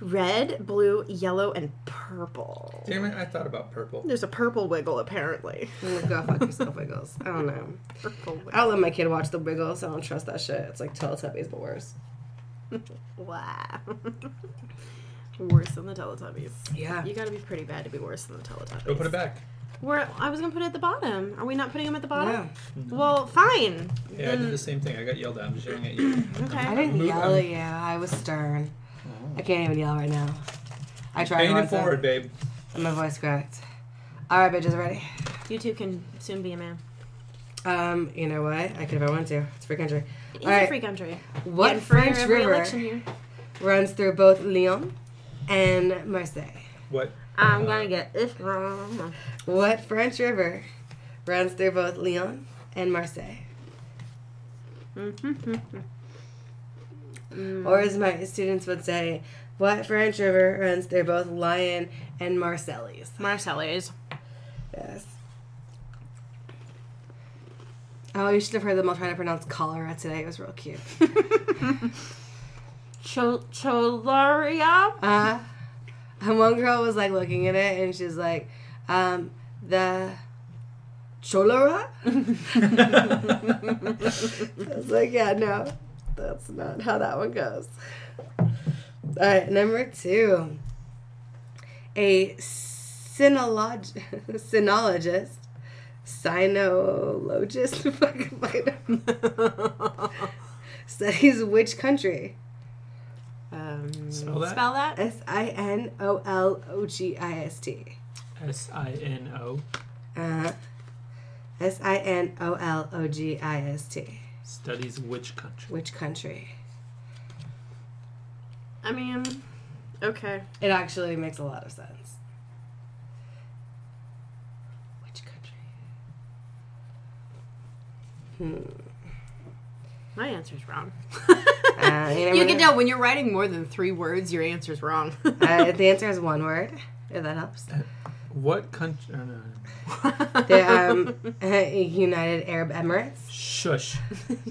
Speaker 2: Red, blue, yellow, and purple.
Speaker 4: Damn it, I thought about purple.
Speaker 2: There's a purple Wiggle apparently.
Speaker 1: I'm gonna go fuck yourself, Wiggles. I don't know.
Speaker 2: Purple
Speaker 1: I don't let my kid watch the Wiggles. I don't trust that shit. It's like Teletubbies, but worse.
Speaker 2: Wiggle. Wow. worse than the Teletubbies.
Speaker 1: Yeah.
Speaker 2: You gotta be pretty bad to be worse than the Teletubbies.
Speaker 4: Go put it back.
Speaker 2: We're, I was gonna put it at the bottom. Are we not putting them at the bottom?
Speaker 1: No.
Speaker 2: Well, fine.
Speaker 4: Yeah, I did the same thing. I got yelled at. I'm just yelling at you.
Speaker 1: I
Speaker 2: Okay.
Speaker 1: didn't
Speaker 4: Move
Speaker 1: yell
Speaker 4: on.
Speaker 1: at you. I was stern. I can't even yell right now. I tried
Speaker 4: Oh. Paying it
Speaker 1: once, though,
Speaker 4: forward, babe.
Speaker 1: and My voice cracked. All right, bitches, ready?
Speaker 2: You two can soon be a man.
Speaker 1: Um, you know what? I could if I wanted to. It's free country.
Speaker 2: It is
Speaker 1: All right.
Speaker 2: a free country.
Speaker 1: What
Speaker 2: And for
Speaker 1: French
Speaker 2: every
Speaker 1: river
Speaker 2: election year.
Speaker 1: runs through both Lyon and Marseille?
Speaker 4: What?
Speaker 2: I'm gonna get it wrong.
Speaker 1: What French river runs through both Lyon and Marseille? Or as my students would say, what French river runs through both Lyon and Marseilles?
Speaker 2: Marcelli's.
Speaker 1: Yes. Oh, you should have heard them all trying to pronounce cholera today. It was real cute.
Speaker 2: Chol- Cholaria?
Speaker 1: Uh, and one girl was like looking at it and she's like, um, the cholera? I was like, yeah, no, that's not how that one goes. All right, number two. A sinolog- sinologist, sinologist, if I can find him, studies which country?
Speaker 2: um,
Speaker 3: Spell that?
Speaker 2: Spell that?
Speaker 1: S I N O L O G I S T.
Speaker 3: S I N O.
Speaker 1: Uh, S I N O L O G I S T.
Speaker 3: Studies which country?
Speaker 1: Which country?
Speaker 2: I mean, okay.
Speaker 1: It actually makes a lot of sense. Which country? Hmm.
Speaker 2: My answer's wrong.
Speaker 1: Uh, you never
Speaker 2: you can
Speaker 1: know.
Speaker 2: tell when you're writing more than three words, your answer's wrong.
Speaker 1: Uh, the answer is one word. If that helps.
Speaker 3: What
Speaker 4: uh,
Speaker 3: country? Oh, no.
Speaker 1: The um, United Arab Emirates.
Speaker 3: Shush.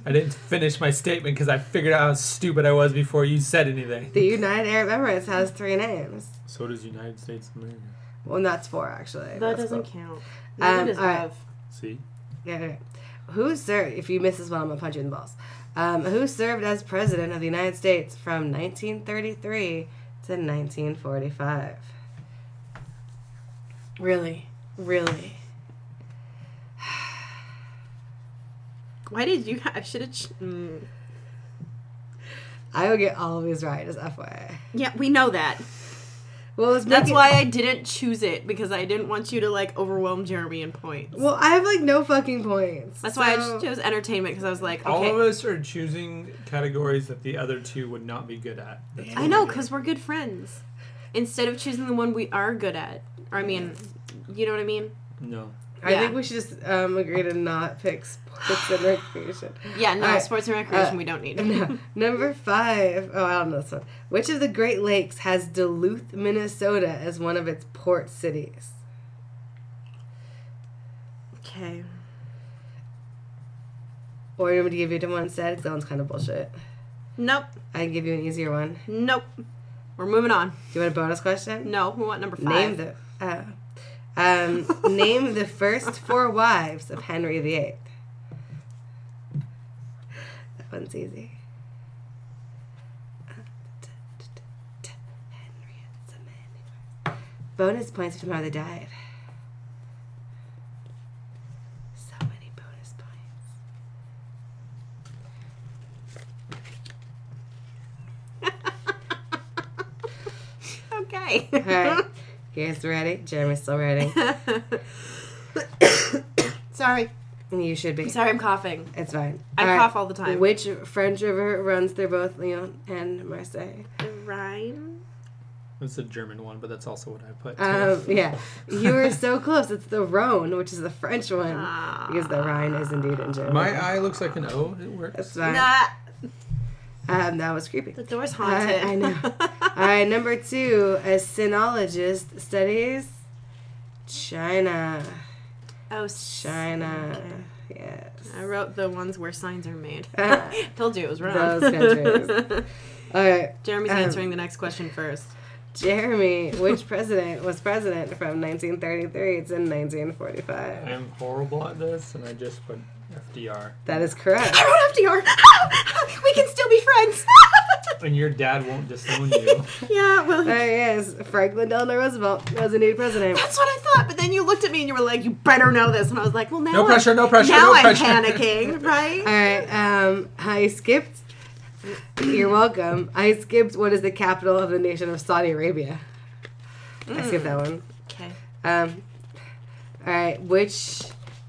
Speaker 3: I didn't finish my statement because I figured out how stupid I was before you said anything.
Speaker 1: The United Arab Emirates has three names.
Speaker 3: So does United States of America.
Speaker 1: Well, that's four actually.
Speaker 2: that
Speaker 1: That's
Speaker 2: doesn't
Speaker 1: cool.
Speaker 2: count.
Speaker 1: Um,
Speaker 2: Neither does
Speaker 1: all right.
Speaker 2: love.
Speaker 3: See?
Speaker 1: Yeah, yeah. Who served? If you miss this one, I'm gonna punch you in the balls. Um, who served as president of the United States from 1933 to 1945? Really, really.
Speaker 2: Why did you? I should have. Ch- mm.
Speaker 1: I would get all of these right, as FYI.
Speaker 2: Yeah, we know that.
Speaker 1: Well, it's
Speaker 2: That's
Speaker 1: making-
Speaker 2: why I didn't choose it because I didn't want you to like overwhelm Jeremy in points.
Speaker 1: Well, I have like no fucking points.
Speaker 2: That's why I
Speaker 1: so-
Speaker 2: just chose entertainment because I was like, okay,
Speaker 4: All of us are choosing categories that the other two would not be good at. That's
Speaker 2: I know because we're good friends. Instead of choosing the one we are good at, or I mean, you know what I mean?
Speaker 3: No.
Speaker 1: I
Speaker 2: yeah.
Speaker 1: think we should just um, agree to not pick sports and recreation.
Speaker 2: Yeah, no,
Speaker 1: All right.
Speaker 2: sports and recreation
Speaker 1: Uh,
Speaker 2: we don't need.
Speaker 1: No. Number five. Oh, I don't know this one. Which of the Great Lakes has Duluth, Minnesota as one of its port cities?
Speaker 2: Okay.
Speaker 1: Or you want me to give you the one instead? 'Cause That one's kind of bullshit.
Speaker 2: Nope.
Speaker 1: I can give you an easier one.
Speaker 2: Nope. We're moving on.
Speaker 1: Do you want a bonus question?
Speaker 2: No, we want number
Speaker 1: Name
Speaker 2: five.
Speaker 1: the. Uh, um, name the first four wives of Henry VIII. That one's easy. Henry had so many wives. Bonus points from how they died. So many bonus points.
Speaker 2: okay.
Speaker 1: All right, you guys ready? Jeremy's still ready.
Speaker 2: Sorry.
Speaker 1: You should be.
Speaker 2: Sorry, I'm coughing.
Speaker 1: It's fine.
Speaker 2: I
Speaker 1: All
Speaker 2: cough
Speaker 1: right.
Speaker 2: all the time.
Speaker 1: Which French river runs through both Lyon and Marseille?
Speaker 2: Rhyme.
Speaker 3: It's a German one, but that's also what I put. too.
Speaker 1: Um, yeah, you were so close. It's the Rhone, which is the French one,
Speaker 2: Ah.
Speaker 1: Um, because the Rhine is indeed in Germany.
Speaker 3: My eye looks like an O. It works.
Speaker 1: That's fine.
Speaker 2: Nah,
Speaker 1: Um, that was creepy.
Speaker 2: the door's haunted.
Speaker 1: I- I know. All right, number two, a sinologist studies China.
Speaker 2: oh, s-
Speaker 1: China.
Speaker 2: okay.
Speaker 1: Yes.
Speaker 2: I wrote the ones where signs are made.
Speaker 1: Ah.
Speaker 2: Told you it Uh, was wrong.
Speaker 1: Those countries. All right.
Speaker 2: Jeremy's
Speaker 1: Um,
Speaker 2: answering the next question first.
Speaker 1: Jeremy, which president was president from 1933 to 1945?
Speaker 3: I'm horrible at this, and I just put FDR.
Speaker 1: That is correct.
Speaker 2: I wrote FDR. we can still be friends.
Speaker 3: And your dad won't disown you.
Speaker 2: yeah, well,
Speaker 1: There he is. Uh, Franklin Delano Roosevelt was indeed president.
Speaker 2: that's what I thought. But then you looked at me and you were like, "You better know this." And I was like, "Well, now
Speaker 3: No pressure,
Speaker 2: I'm,
Speaker 3: no pressure,
Speaker 2: Now
Speaker 3: no
Speaker 2: I'm
Speaker 3: pressure.
Speaker 2: panicking, right?"
Speaker 1: All right. Um, I skipped. You're welcome. I skipped. What is the capital of the nation of Saudi Arabia? I skipped that one.
Speaker 2: Okay.
Speaker 1: Um, all right. Which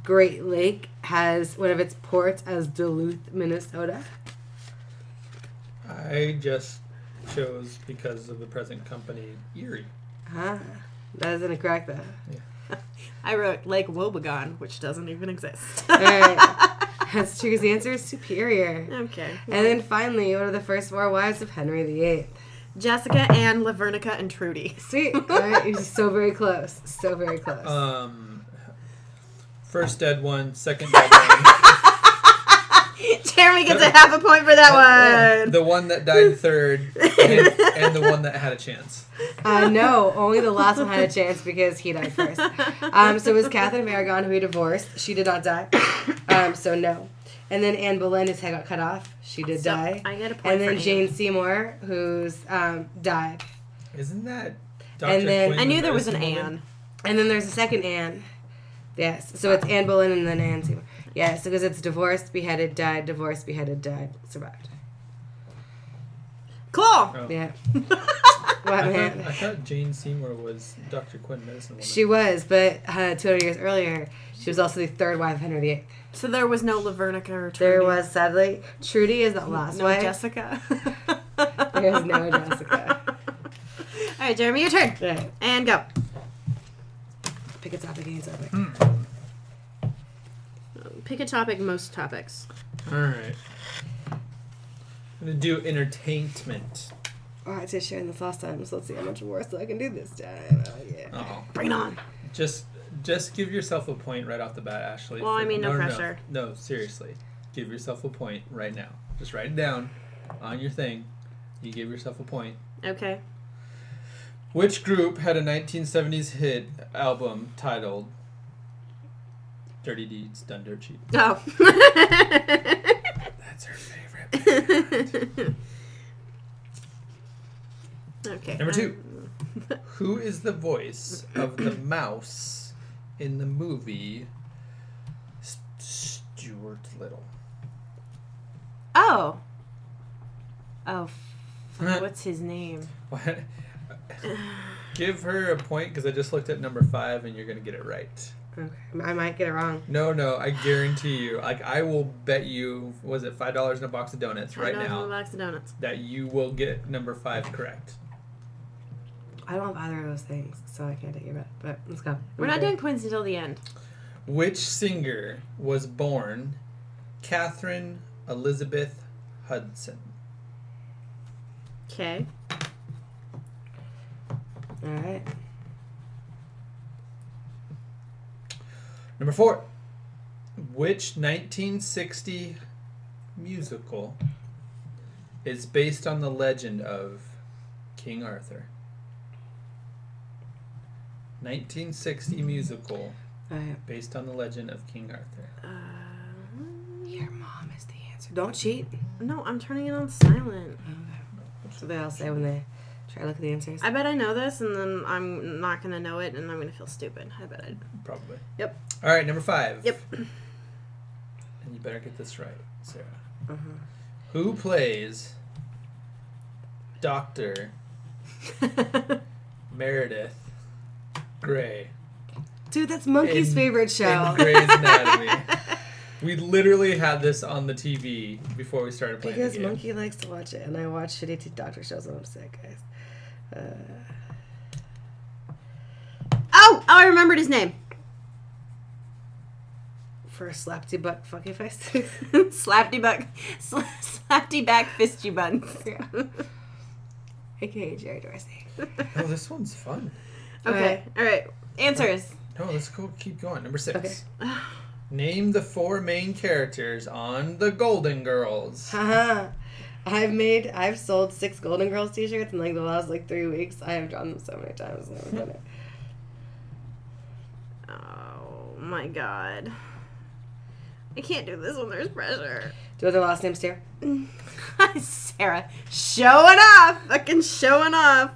Speaker 1: Great Lake has one of its ports as Duluth, Minnesota?
Speaker 4: I just chose because of the present company Erie.
Speaker 1: Huh? Ah, That isn't correct though.
Speaker 2: I wrote Lake Wobegon, which doesn't even exist.
Speaker 1: All right. That's true. 'cause The answer is Superior.
Speaker 2: okay.
Speaker 1: And then finally, what are the first four wives of Henry VIII?
Speaker 2: Jessica, Anne, Lavernica, and Trudy.
Speaker 1: Sweet. All right. You're so very close. So very close.
Speaker 4: Um, first dead one, second dead one.
Speaker 2: Jeremy gets a half a point for that one.
Speaker 4: The one that died third, and, and the one that had a chance.
Speaker 1: Uh, no, only the last one had a chance because he died first. Um, so it was Catherine of Aragon who he divorced. She did not die. Um, so no. And then Anne Boleyn, his head got cut off. She did
Speaker 2: So,
Speaker 1: die.
Speaker 2: I get a point
Speaker 1: and then
Speaker 2: for
Speaker 1: Jane Seymour, who's um, died.
Speaker 4: Isn't that? Dr.
Speaker 1: And then-
Speaker 4: Quinn,
Speaker 2: Anne. I knew there was an
Speaker 4: medicine woman?
Speaker 2: Anne.
Speaker 1: And then there's a second Anne. Yes. So it's Anne Boleyn and then Anne Seymour. Yes, because it's divorced, beheaded, died, divorced, beheaded, died, survived.
Speaker 2: Cool.
Speaker 4: Oh.
Speaker 1: Yeah. what
Speaker 4: I
Speaker 1: man?
Speaker 4: thought, I thought Jane Seymour was Dr. Quinn, medicine woman.
Speaker 1: She was, but uh, 200 years earlier, she was also the third wife of Henry VIII.
Speaker 2: So there was no Lavernica or Trudy.
Speaker 1: There was, sadly, Trudy is the last
Speaker 2: no
Speaker 1: wife.
Speaker 2: Jessica.
Speaker 1: There's no Jessica.
Speaker 2: All right, Jeremy, your turn.
Speaker 1: Right.
Speaker 2: And go.
Speaker 1: Pick a topic, any topic.
Speaker 4: Hmm.
Speaker 2: Pick a topic, most topics.
Speaker 4: All right. I'm gonna do entertainment.
Speaker 1: Oh, I did share this last time, so let's see how much worse I can do this time. Oh, yeah.
Speaker 4: Oh,
Speaker 2: Bring it on.
Speaker 4: just just give yourself a point right off the bat, Ashley.
Speaker 2: Well,
Speaker 4: for-
Speaker 2: I mean, no pressure.
Speaker 4: No, seriously, give yourself a point right now. Just write it down on your thing. You give yourself a point.
Speaker 2: Okay.
Speaker 4: Which group had a 1970s hit album titled "Dirty Deeds Done Dirt Cheap"?
Speaker 2: Oh.
Speaker 4: That's her favorite.
Speaker 2: okay. um,
Speaker 4: Number two. Who is the voice of the mouse in the movie S- Stuart Little?
Speaker 2: Oh. Oh.
Speaker 4: Uh-huh.
Speaker 2: f- What's his name?
Speaker 4: What? Give her a point because I just looked at number five and you're gonna get it right.
Speaker 1: Okay. I might get it wrong.
Speaker 4: No, no, I guarantee you. Like I will bet you, was it five dollars in a box of donuts right
Speaker 2: Donuts in a
Speaker 4: now?
Speaker 2: box of donuts.
Speaker 4: That you will get number five correct.
Speaker 1: I don't have either of those things, so I can't take it back. But let's go.
Speaker 2: We're not doing Queens until the end.
Speaker 4: Which singer was born Catherine Elizabeth Hudson?
Speaker 2: Okay.
Speaker 1: All right.
Speaker 4: Number four. Which 1960 musical is based on the legend of King Arthur? 1960 musical
Speaker 1: All right.
Speaker 4: based on the legend of King Arthur.
Speaker 2: Uh,
Speaker 1: Your mom is the answer. Don't cheat.
Speaker 2: No, I'm turning it on silent.
Speaker 1: That's what they all say when they try to look at the answers.
Speaker 2: I bet I know this, and then I'm not gonna know it, and I'm gonna feel stupid. I bet I.
Speaker 4: Probably.
Speaker 2: Yep.
Speaker 4: All right, number five.
Speaker 2: Yep.
Speaker 4: And you better get this right, Sarah.
Speaker 2: Mm-hmm.
Speaker 4: Who plays Dr. Meredith Gray?
Speaker 1: Dude, that's Monkey's
Speaker 4: In-
Speaker 1: favorite show.
Speaker 4: in Grey's Anatomy. We literally had this on the TV before we started playing
Speaker 1: Because
Speaker 4: the game.
Speaker 1: Monkey likes to watch it, and I watch shitty t- doctor shows when I'm sick, guys. Uh,
Speaker 2: Oh, oh, I remembered his name.
Speaker 1: For a slapty butt fucking face.
Speaker 2: Slapty buck, sl- slapty back, fisty buns.
Speaker 1: AKA Jerry Dorsey.
Speaker 4: Oh, this one's fun.
Speaker 2: Okay, all right. Answers.
Speaker 4: No, let's go. Keep going. Number six.
Speaker 1: Okay.
Speaker 4: Name the four main characters on The Golden Girls.
Speaker 1: Haha. Uh-huh. I've made, I've sold six Golden Girls t shirts in like the last like three weeks. I have drawn them so many times. and I've done it.
Speaker 2: Oh my god. I can't do this when there's pressure.
Speaker 1: Do other last names too?
Speaker 2: Sarah, showing off. Fucking showing off.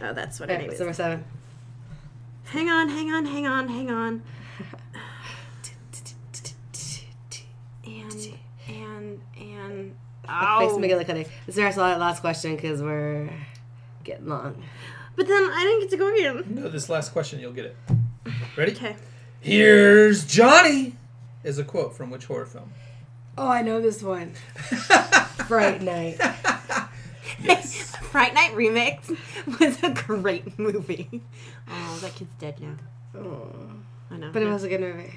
Speaker 2: Oh, that's what I
Speaker 1: Okay,
Speaker 2: need.
Speaker 1: so number seven.
Speaker 2: Hang on, hang on, hang on, hang on. And, and, and.
Speaker 1: Face
Speaker 2: Ow.
Speaker 1: McGillicuddy. This is our solid last question because we're getting long.
Speaker 2: But then I didn't get to go again.
Speaker 4: No, this last question, you'll get it. Ready?
Speaker 2: Okay.
Speaker 4: Here's Johnny! Is a quote from which horror film?
Speaker 1: Oh, I know this one. Fright Night.
Speaker 4: Yes.
Speaker 2: Fright Night Remix was a great movie. Oh, that kid's dead now.
Speaker 1: Oh.
Speaker 2: I know.
Speaker 1: But it was a good movie.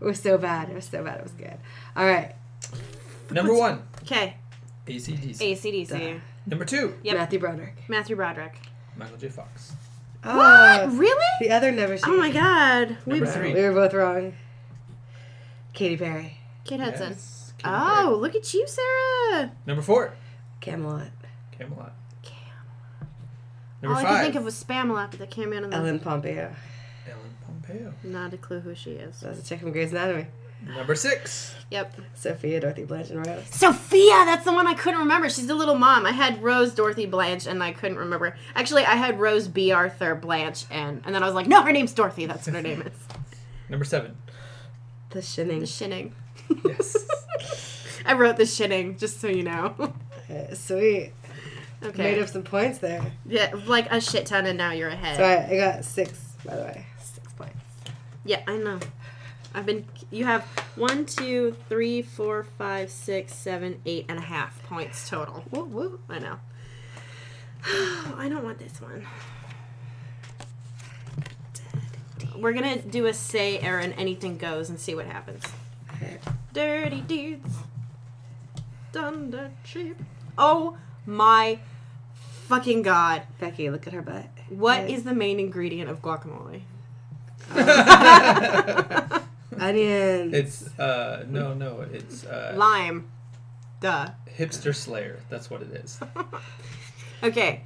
Speaker 1: It was so bad. It was so bad. It was good. All right.
Speaker 4: Number one,
Speaker 2: okay.
Speaker 4: ACDC.
Speaker 2: ACDC.
Speaker 1: Duh.
Speaker 4: Number two,
Speaker 2: Yep.
Speaker 1: Matthew Broderick.
Speaker 2: Matthew Broderick.
Speaker 4: Michael J. Fox.
Speaker 1: Oh,
Speaker 2: what? Really?
Speaker 1: The other never.
Speaker 2: Oh my god. We
Speaker 4: Number three.
Speaker 1: We were both wrong. Katy Perry.
Speaker 2: Kate Hudson.
Speaker 4: Yes,
Speaker 3: King
Speaker 2: Oh, look at you, Sarah.
Speaker 4: Number four,
Speaker 1: Camelot.
Speaker 4: Camelot.
Speaker 2: Cam.
Speaker 4: Number
Speaker 2: All I
Speaker 4: five,
Speaker 2: could think of was Spamalot, but that came out in the.
Speaker 1: Ellen Pompeo.
Speaker 4: Ellen Pompeo.
Speaker 2: Not a clue who she is.
Speaker 1: That's a chick from Grey's Anatomy.
Speaker 4: Number six,
Speaker 2: Yep.
Speaker 1: Sophia Dorothy Blanchard Rose.
Speaker 2: Sophia, that's the one I couldn't remember. She's the little mom. I had Rose Dorothy Blanche, and I couldn't remember. Actually, I had Rose B. Arthur Blanche, and and then I was like, no, her name's Dorothy. That's what her name is.
Speaker 4: number seven.
Speaker 1: The
Speaker 2: The
Speaker 1: Shinning.
Speaker 2: Shinning.
Speaker 4: Yes.
Speaker 2: I wrote the Shinning, just so you know.
Speaker 1: Uh, sweet.
Speaker 2: okay.
Speaker 1: Made up some points there.
Speaker 2: yeah, like a shit ton, and now you're ahead.
Speaker 1: So I, I got six, by the way. Six points.
Speaker 2: Yeah, I know. I've been. You have one, two, three, four, five, six, seven, eight and a half points total.
Speaker 1: Woo woo.
Speaker 2: I know. I don't want this one. We're gonna do a say Aaron anything goes and see what happens.
Speaker 1: Okay.
Speaker 2: Dirty deeds done the cheap. Oh my fucking god!
Speaker 1: Becky, look at her butt.
Speaker 2: What is
Speaker 1: Right.
Speaker 2: the main ingredient of guacamole?
Speaker 1: Onion.
Speaker 4: it's uh no no it's uh
Speaker 2: Lime. Duh.
Speaker 4: hipster slayer. That's what it is.
Speaker 2: Okay.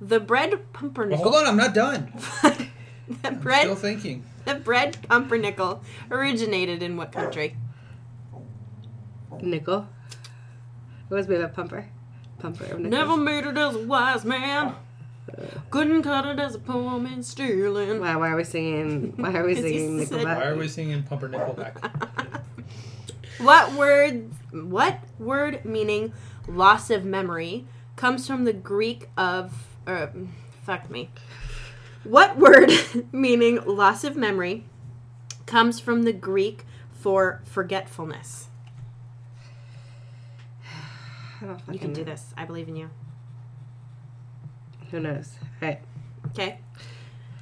Speaker 2: The bread
Speaker 4: Well,
Speaker 2: pumpernickel.
Speaker 4: hold on, I'm not done.
Speaker 2: the
Speaker 4: I'm
Speaker 2: bread
Speaker 4: still thinking.
Speaker 2: the bread pumpernickel originated in what country?
Speaker 1: Nickel. It was made of pumper. Pumper of nickels.
Speaker 2: Never made it as a wise man.
Speaker 4: Oh.
Speaker 2: Couldn't cut it as a poor man stealing.
Speaker 1: Why, why are we singing? Why are we
Speaker 2: 'Cause he
Speaker 1: singing
Speaker 2: said-
Speaker 4: Why are
Speaker 1: Nickelback?
Speaker 4: we singing Pumpernickel back?
Speaker 2: What word what word meaning loss of memory comes from the Greek of uh, fuck me. What word meaning loss of memory comes from the Greek for forgetfulness?
Speaker 1: I don't fucking
Speaker 2: You can do
Speaker 1: know.
Speaker 2: this. I believe in you.
Speaker 1: Who knows? All right.
Speaker 2: Okay.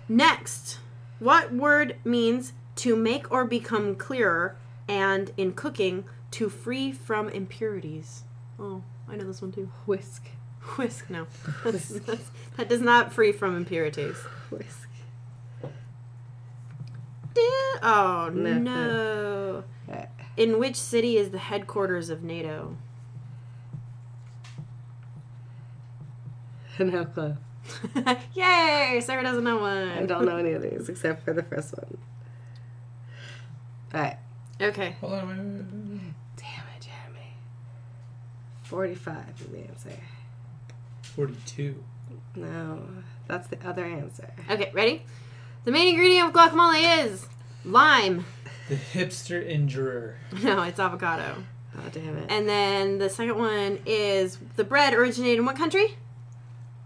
Speaker 2: Next, what word means to make or become clearer and in cooking to free from impurities? Oh, I know this one too.
Speaker 1: Whisk.
Speaker 2: Whisk, no. That's- that's- that does not free from impurities.
Speaker 1: Whisk.
Speaker 2: Did- Oh,
Speaker 1: No.
Speaker 2: no.
Speaker 1: Alright.
Speaker 2: In which city is the headquarters of NATO?
Speaker 1: No clue.
Speaker 2: Yay! Sarah doesn't know one.
Speaker 1: I don't know any of these except for the first one. All right.
Speaker 2: Okay.
Speaker 4: Hold on, wait, wait, wait, wait, wait.
Speaker 1: Damn it, Jeremy. 45 is the answer.
Speaker 4: Forty-two.
Speaker 1: No, that's the other answer.
Speaker 2: Okay, ready? The main ingredient of guacamole is lime.
Speaker 4: The hipster injurer.
Speaker 2: No, it's avocado.
Speaker 1: Oh, damn it.
Speaker 2: And then the second one is the bread originated in what country?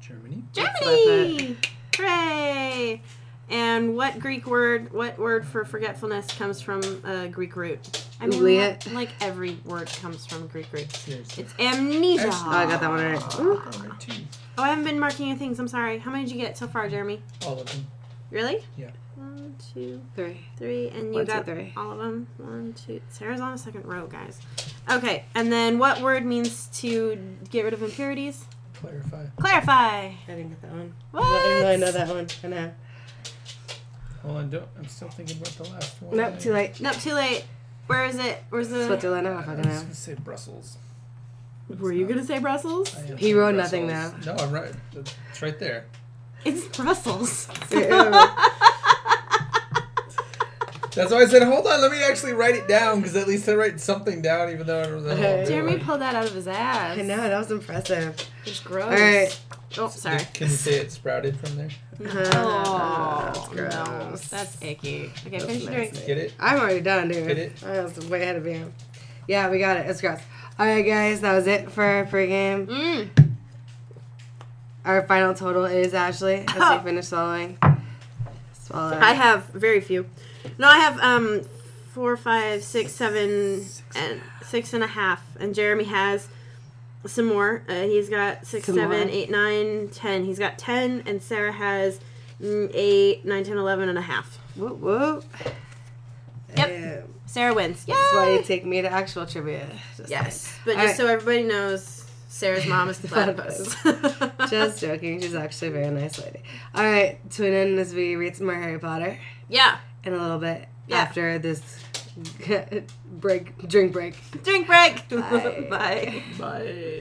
Speaker 4: Germany.
Speaker 2: Germany. Hooray! And what Greek word? What word for forgetfulness comes from a Greek root? I mean,
Speaker 1: Oubliette.
Speaker 2: like- like every word comes from a Greek root.
Speaker 4: Seriously.
Speaker 2: It's amnesia.
Speaker 1: oh, I got that one right. Ooh.
Speaker 4: Alrighty.
Speaker 2: Oh, I haven't been marking your things. I'm sorry. How many did you get so far, Jeremy?
Speaker 4: All of them.
Speaker 2: Really?
Speaker 4: Yeah.
Speaker 2: One, two,
Speaker 1: Three.
Speaker 2: three, and you
Speaker 1: One, two,
Speaker 2: got
Speaker 1: three.
Speaker 2: all of them. One, two. Sarah's on the second row, guys. Okay, and then what word means to get rid of impurities?
Speaker 4: Clarify.
Speaker 2: Clarify.
Speaker 1: I didn't get that one.
Speaker 2: What?
Speaker 1: I didn't really know that one. I know.
Speaker 4: Hold on, don't. I'm still thinking about the last one.
Speaker 1: Nope, too late.
Speaker 2: Nope, too late. Where is it? Where's the?
Speaker 1: Switzerland, I don't
Speaker 4: I
Speaker 1: fucking
Speaker 4: was
Speaker 1: know.
Speaker 4: gonna say Brussels.
Speaker 2: Were you gonna say Brussels?
Speaker 4: I am
Speaker 1: He
Speaker 4: from
Speaker 1: wrote nothing
Speaker 4: Brussels. No, I'm right. It's right there.
Speaker 2: It's Brussels.
Speaker 1: Ew.
Speaker 4: That's why I said, hold on, let me actually write it down because at least I write something down, even though I don't know.
Speaker 1: Okay.
Speaker 2: Jeremy pulled that out of his ass.
Speaker 1: I know, that was impressive.
Speaker 2: It's gross.
Speaker 1: All right.
Speaker 2: Oh, sorry.
Speaker 4: Can you say it sprouted from there?
Speaker 2: Oh,
Speaker 1: that's
Speaker 2: no.
Speaker 1: gross.
Speaker 2: That's icky. Okay,
Speaker 1: That's
Speaker 2: finish your drink.
Speaker 1: nasty.
Speaker 4: Get it?
Speaker 1: I'm already done, dude.
Speaker 4: Get it?
Speaker 1: I was way ahead of you. Yeah, we got it. It's gross. All right, guys, that was it for our pregame.
Speaker 2: Mm.
Speaker 1: Our final total is Ashley as we finish swallowing. Swallow.
Speaker 2: Oh. I have very few. No, I have um four, five, six, seven, and six and a half. And Jeremy has some more. Uh, he's got six,
Speaker 1: Some
Speaker 2: seven,
Speaker 1: more.
Speaker 2: eight, nine, ten. He's got ten, and Sarah has mm, eight, nine, ten, eleven and a half.
Speaker 1: Whoop whoop.
Speaker 2: Yep.
Speaker 1: Yeah.
Speaker 2: Sarah wins. Yay!
Speaker 1: That's why you take me to actual trivia. Just
Speaker 2: Yes, but
Speaker 1: All
Speaker 2: just so everybody knows, Sarah's mom is the platypus.
Speaker 1: Platypus. like- Just joking. She's actually a very nice lady. All right, tune in as we read some more Harry Potter
Speaker 2: yeah,
Speaker 1: in a little bit
Speaker 2: Yeah.
Speaker 1: after this
Speaker 2: break, drink break.
Speaker 1: Drink break.
Speaker 2: Bye.
Speaker 1: Bye.
Speaker 4: Bye.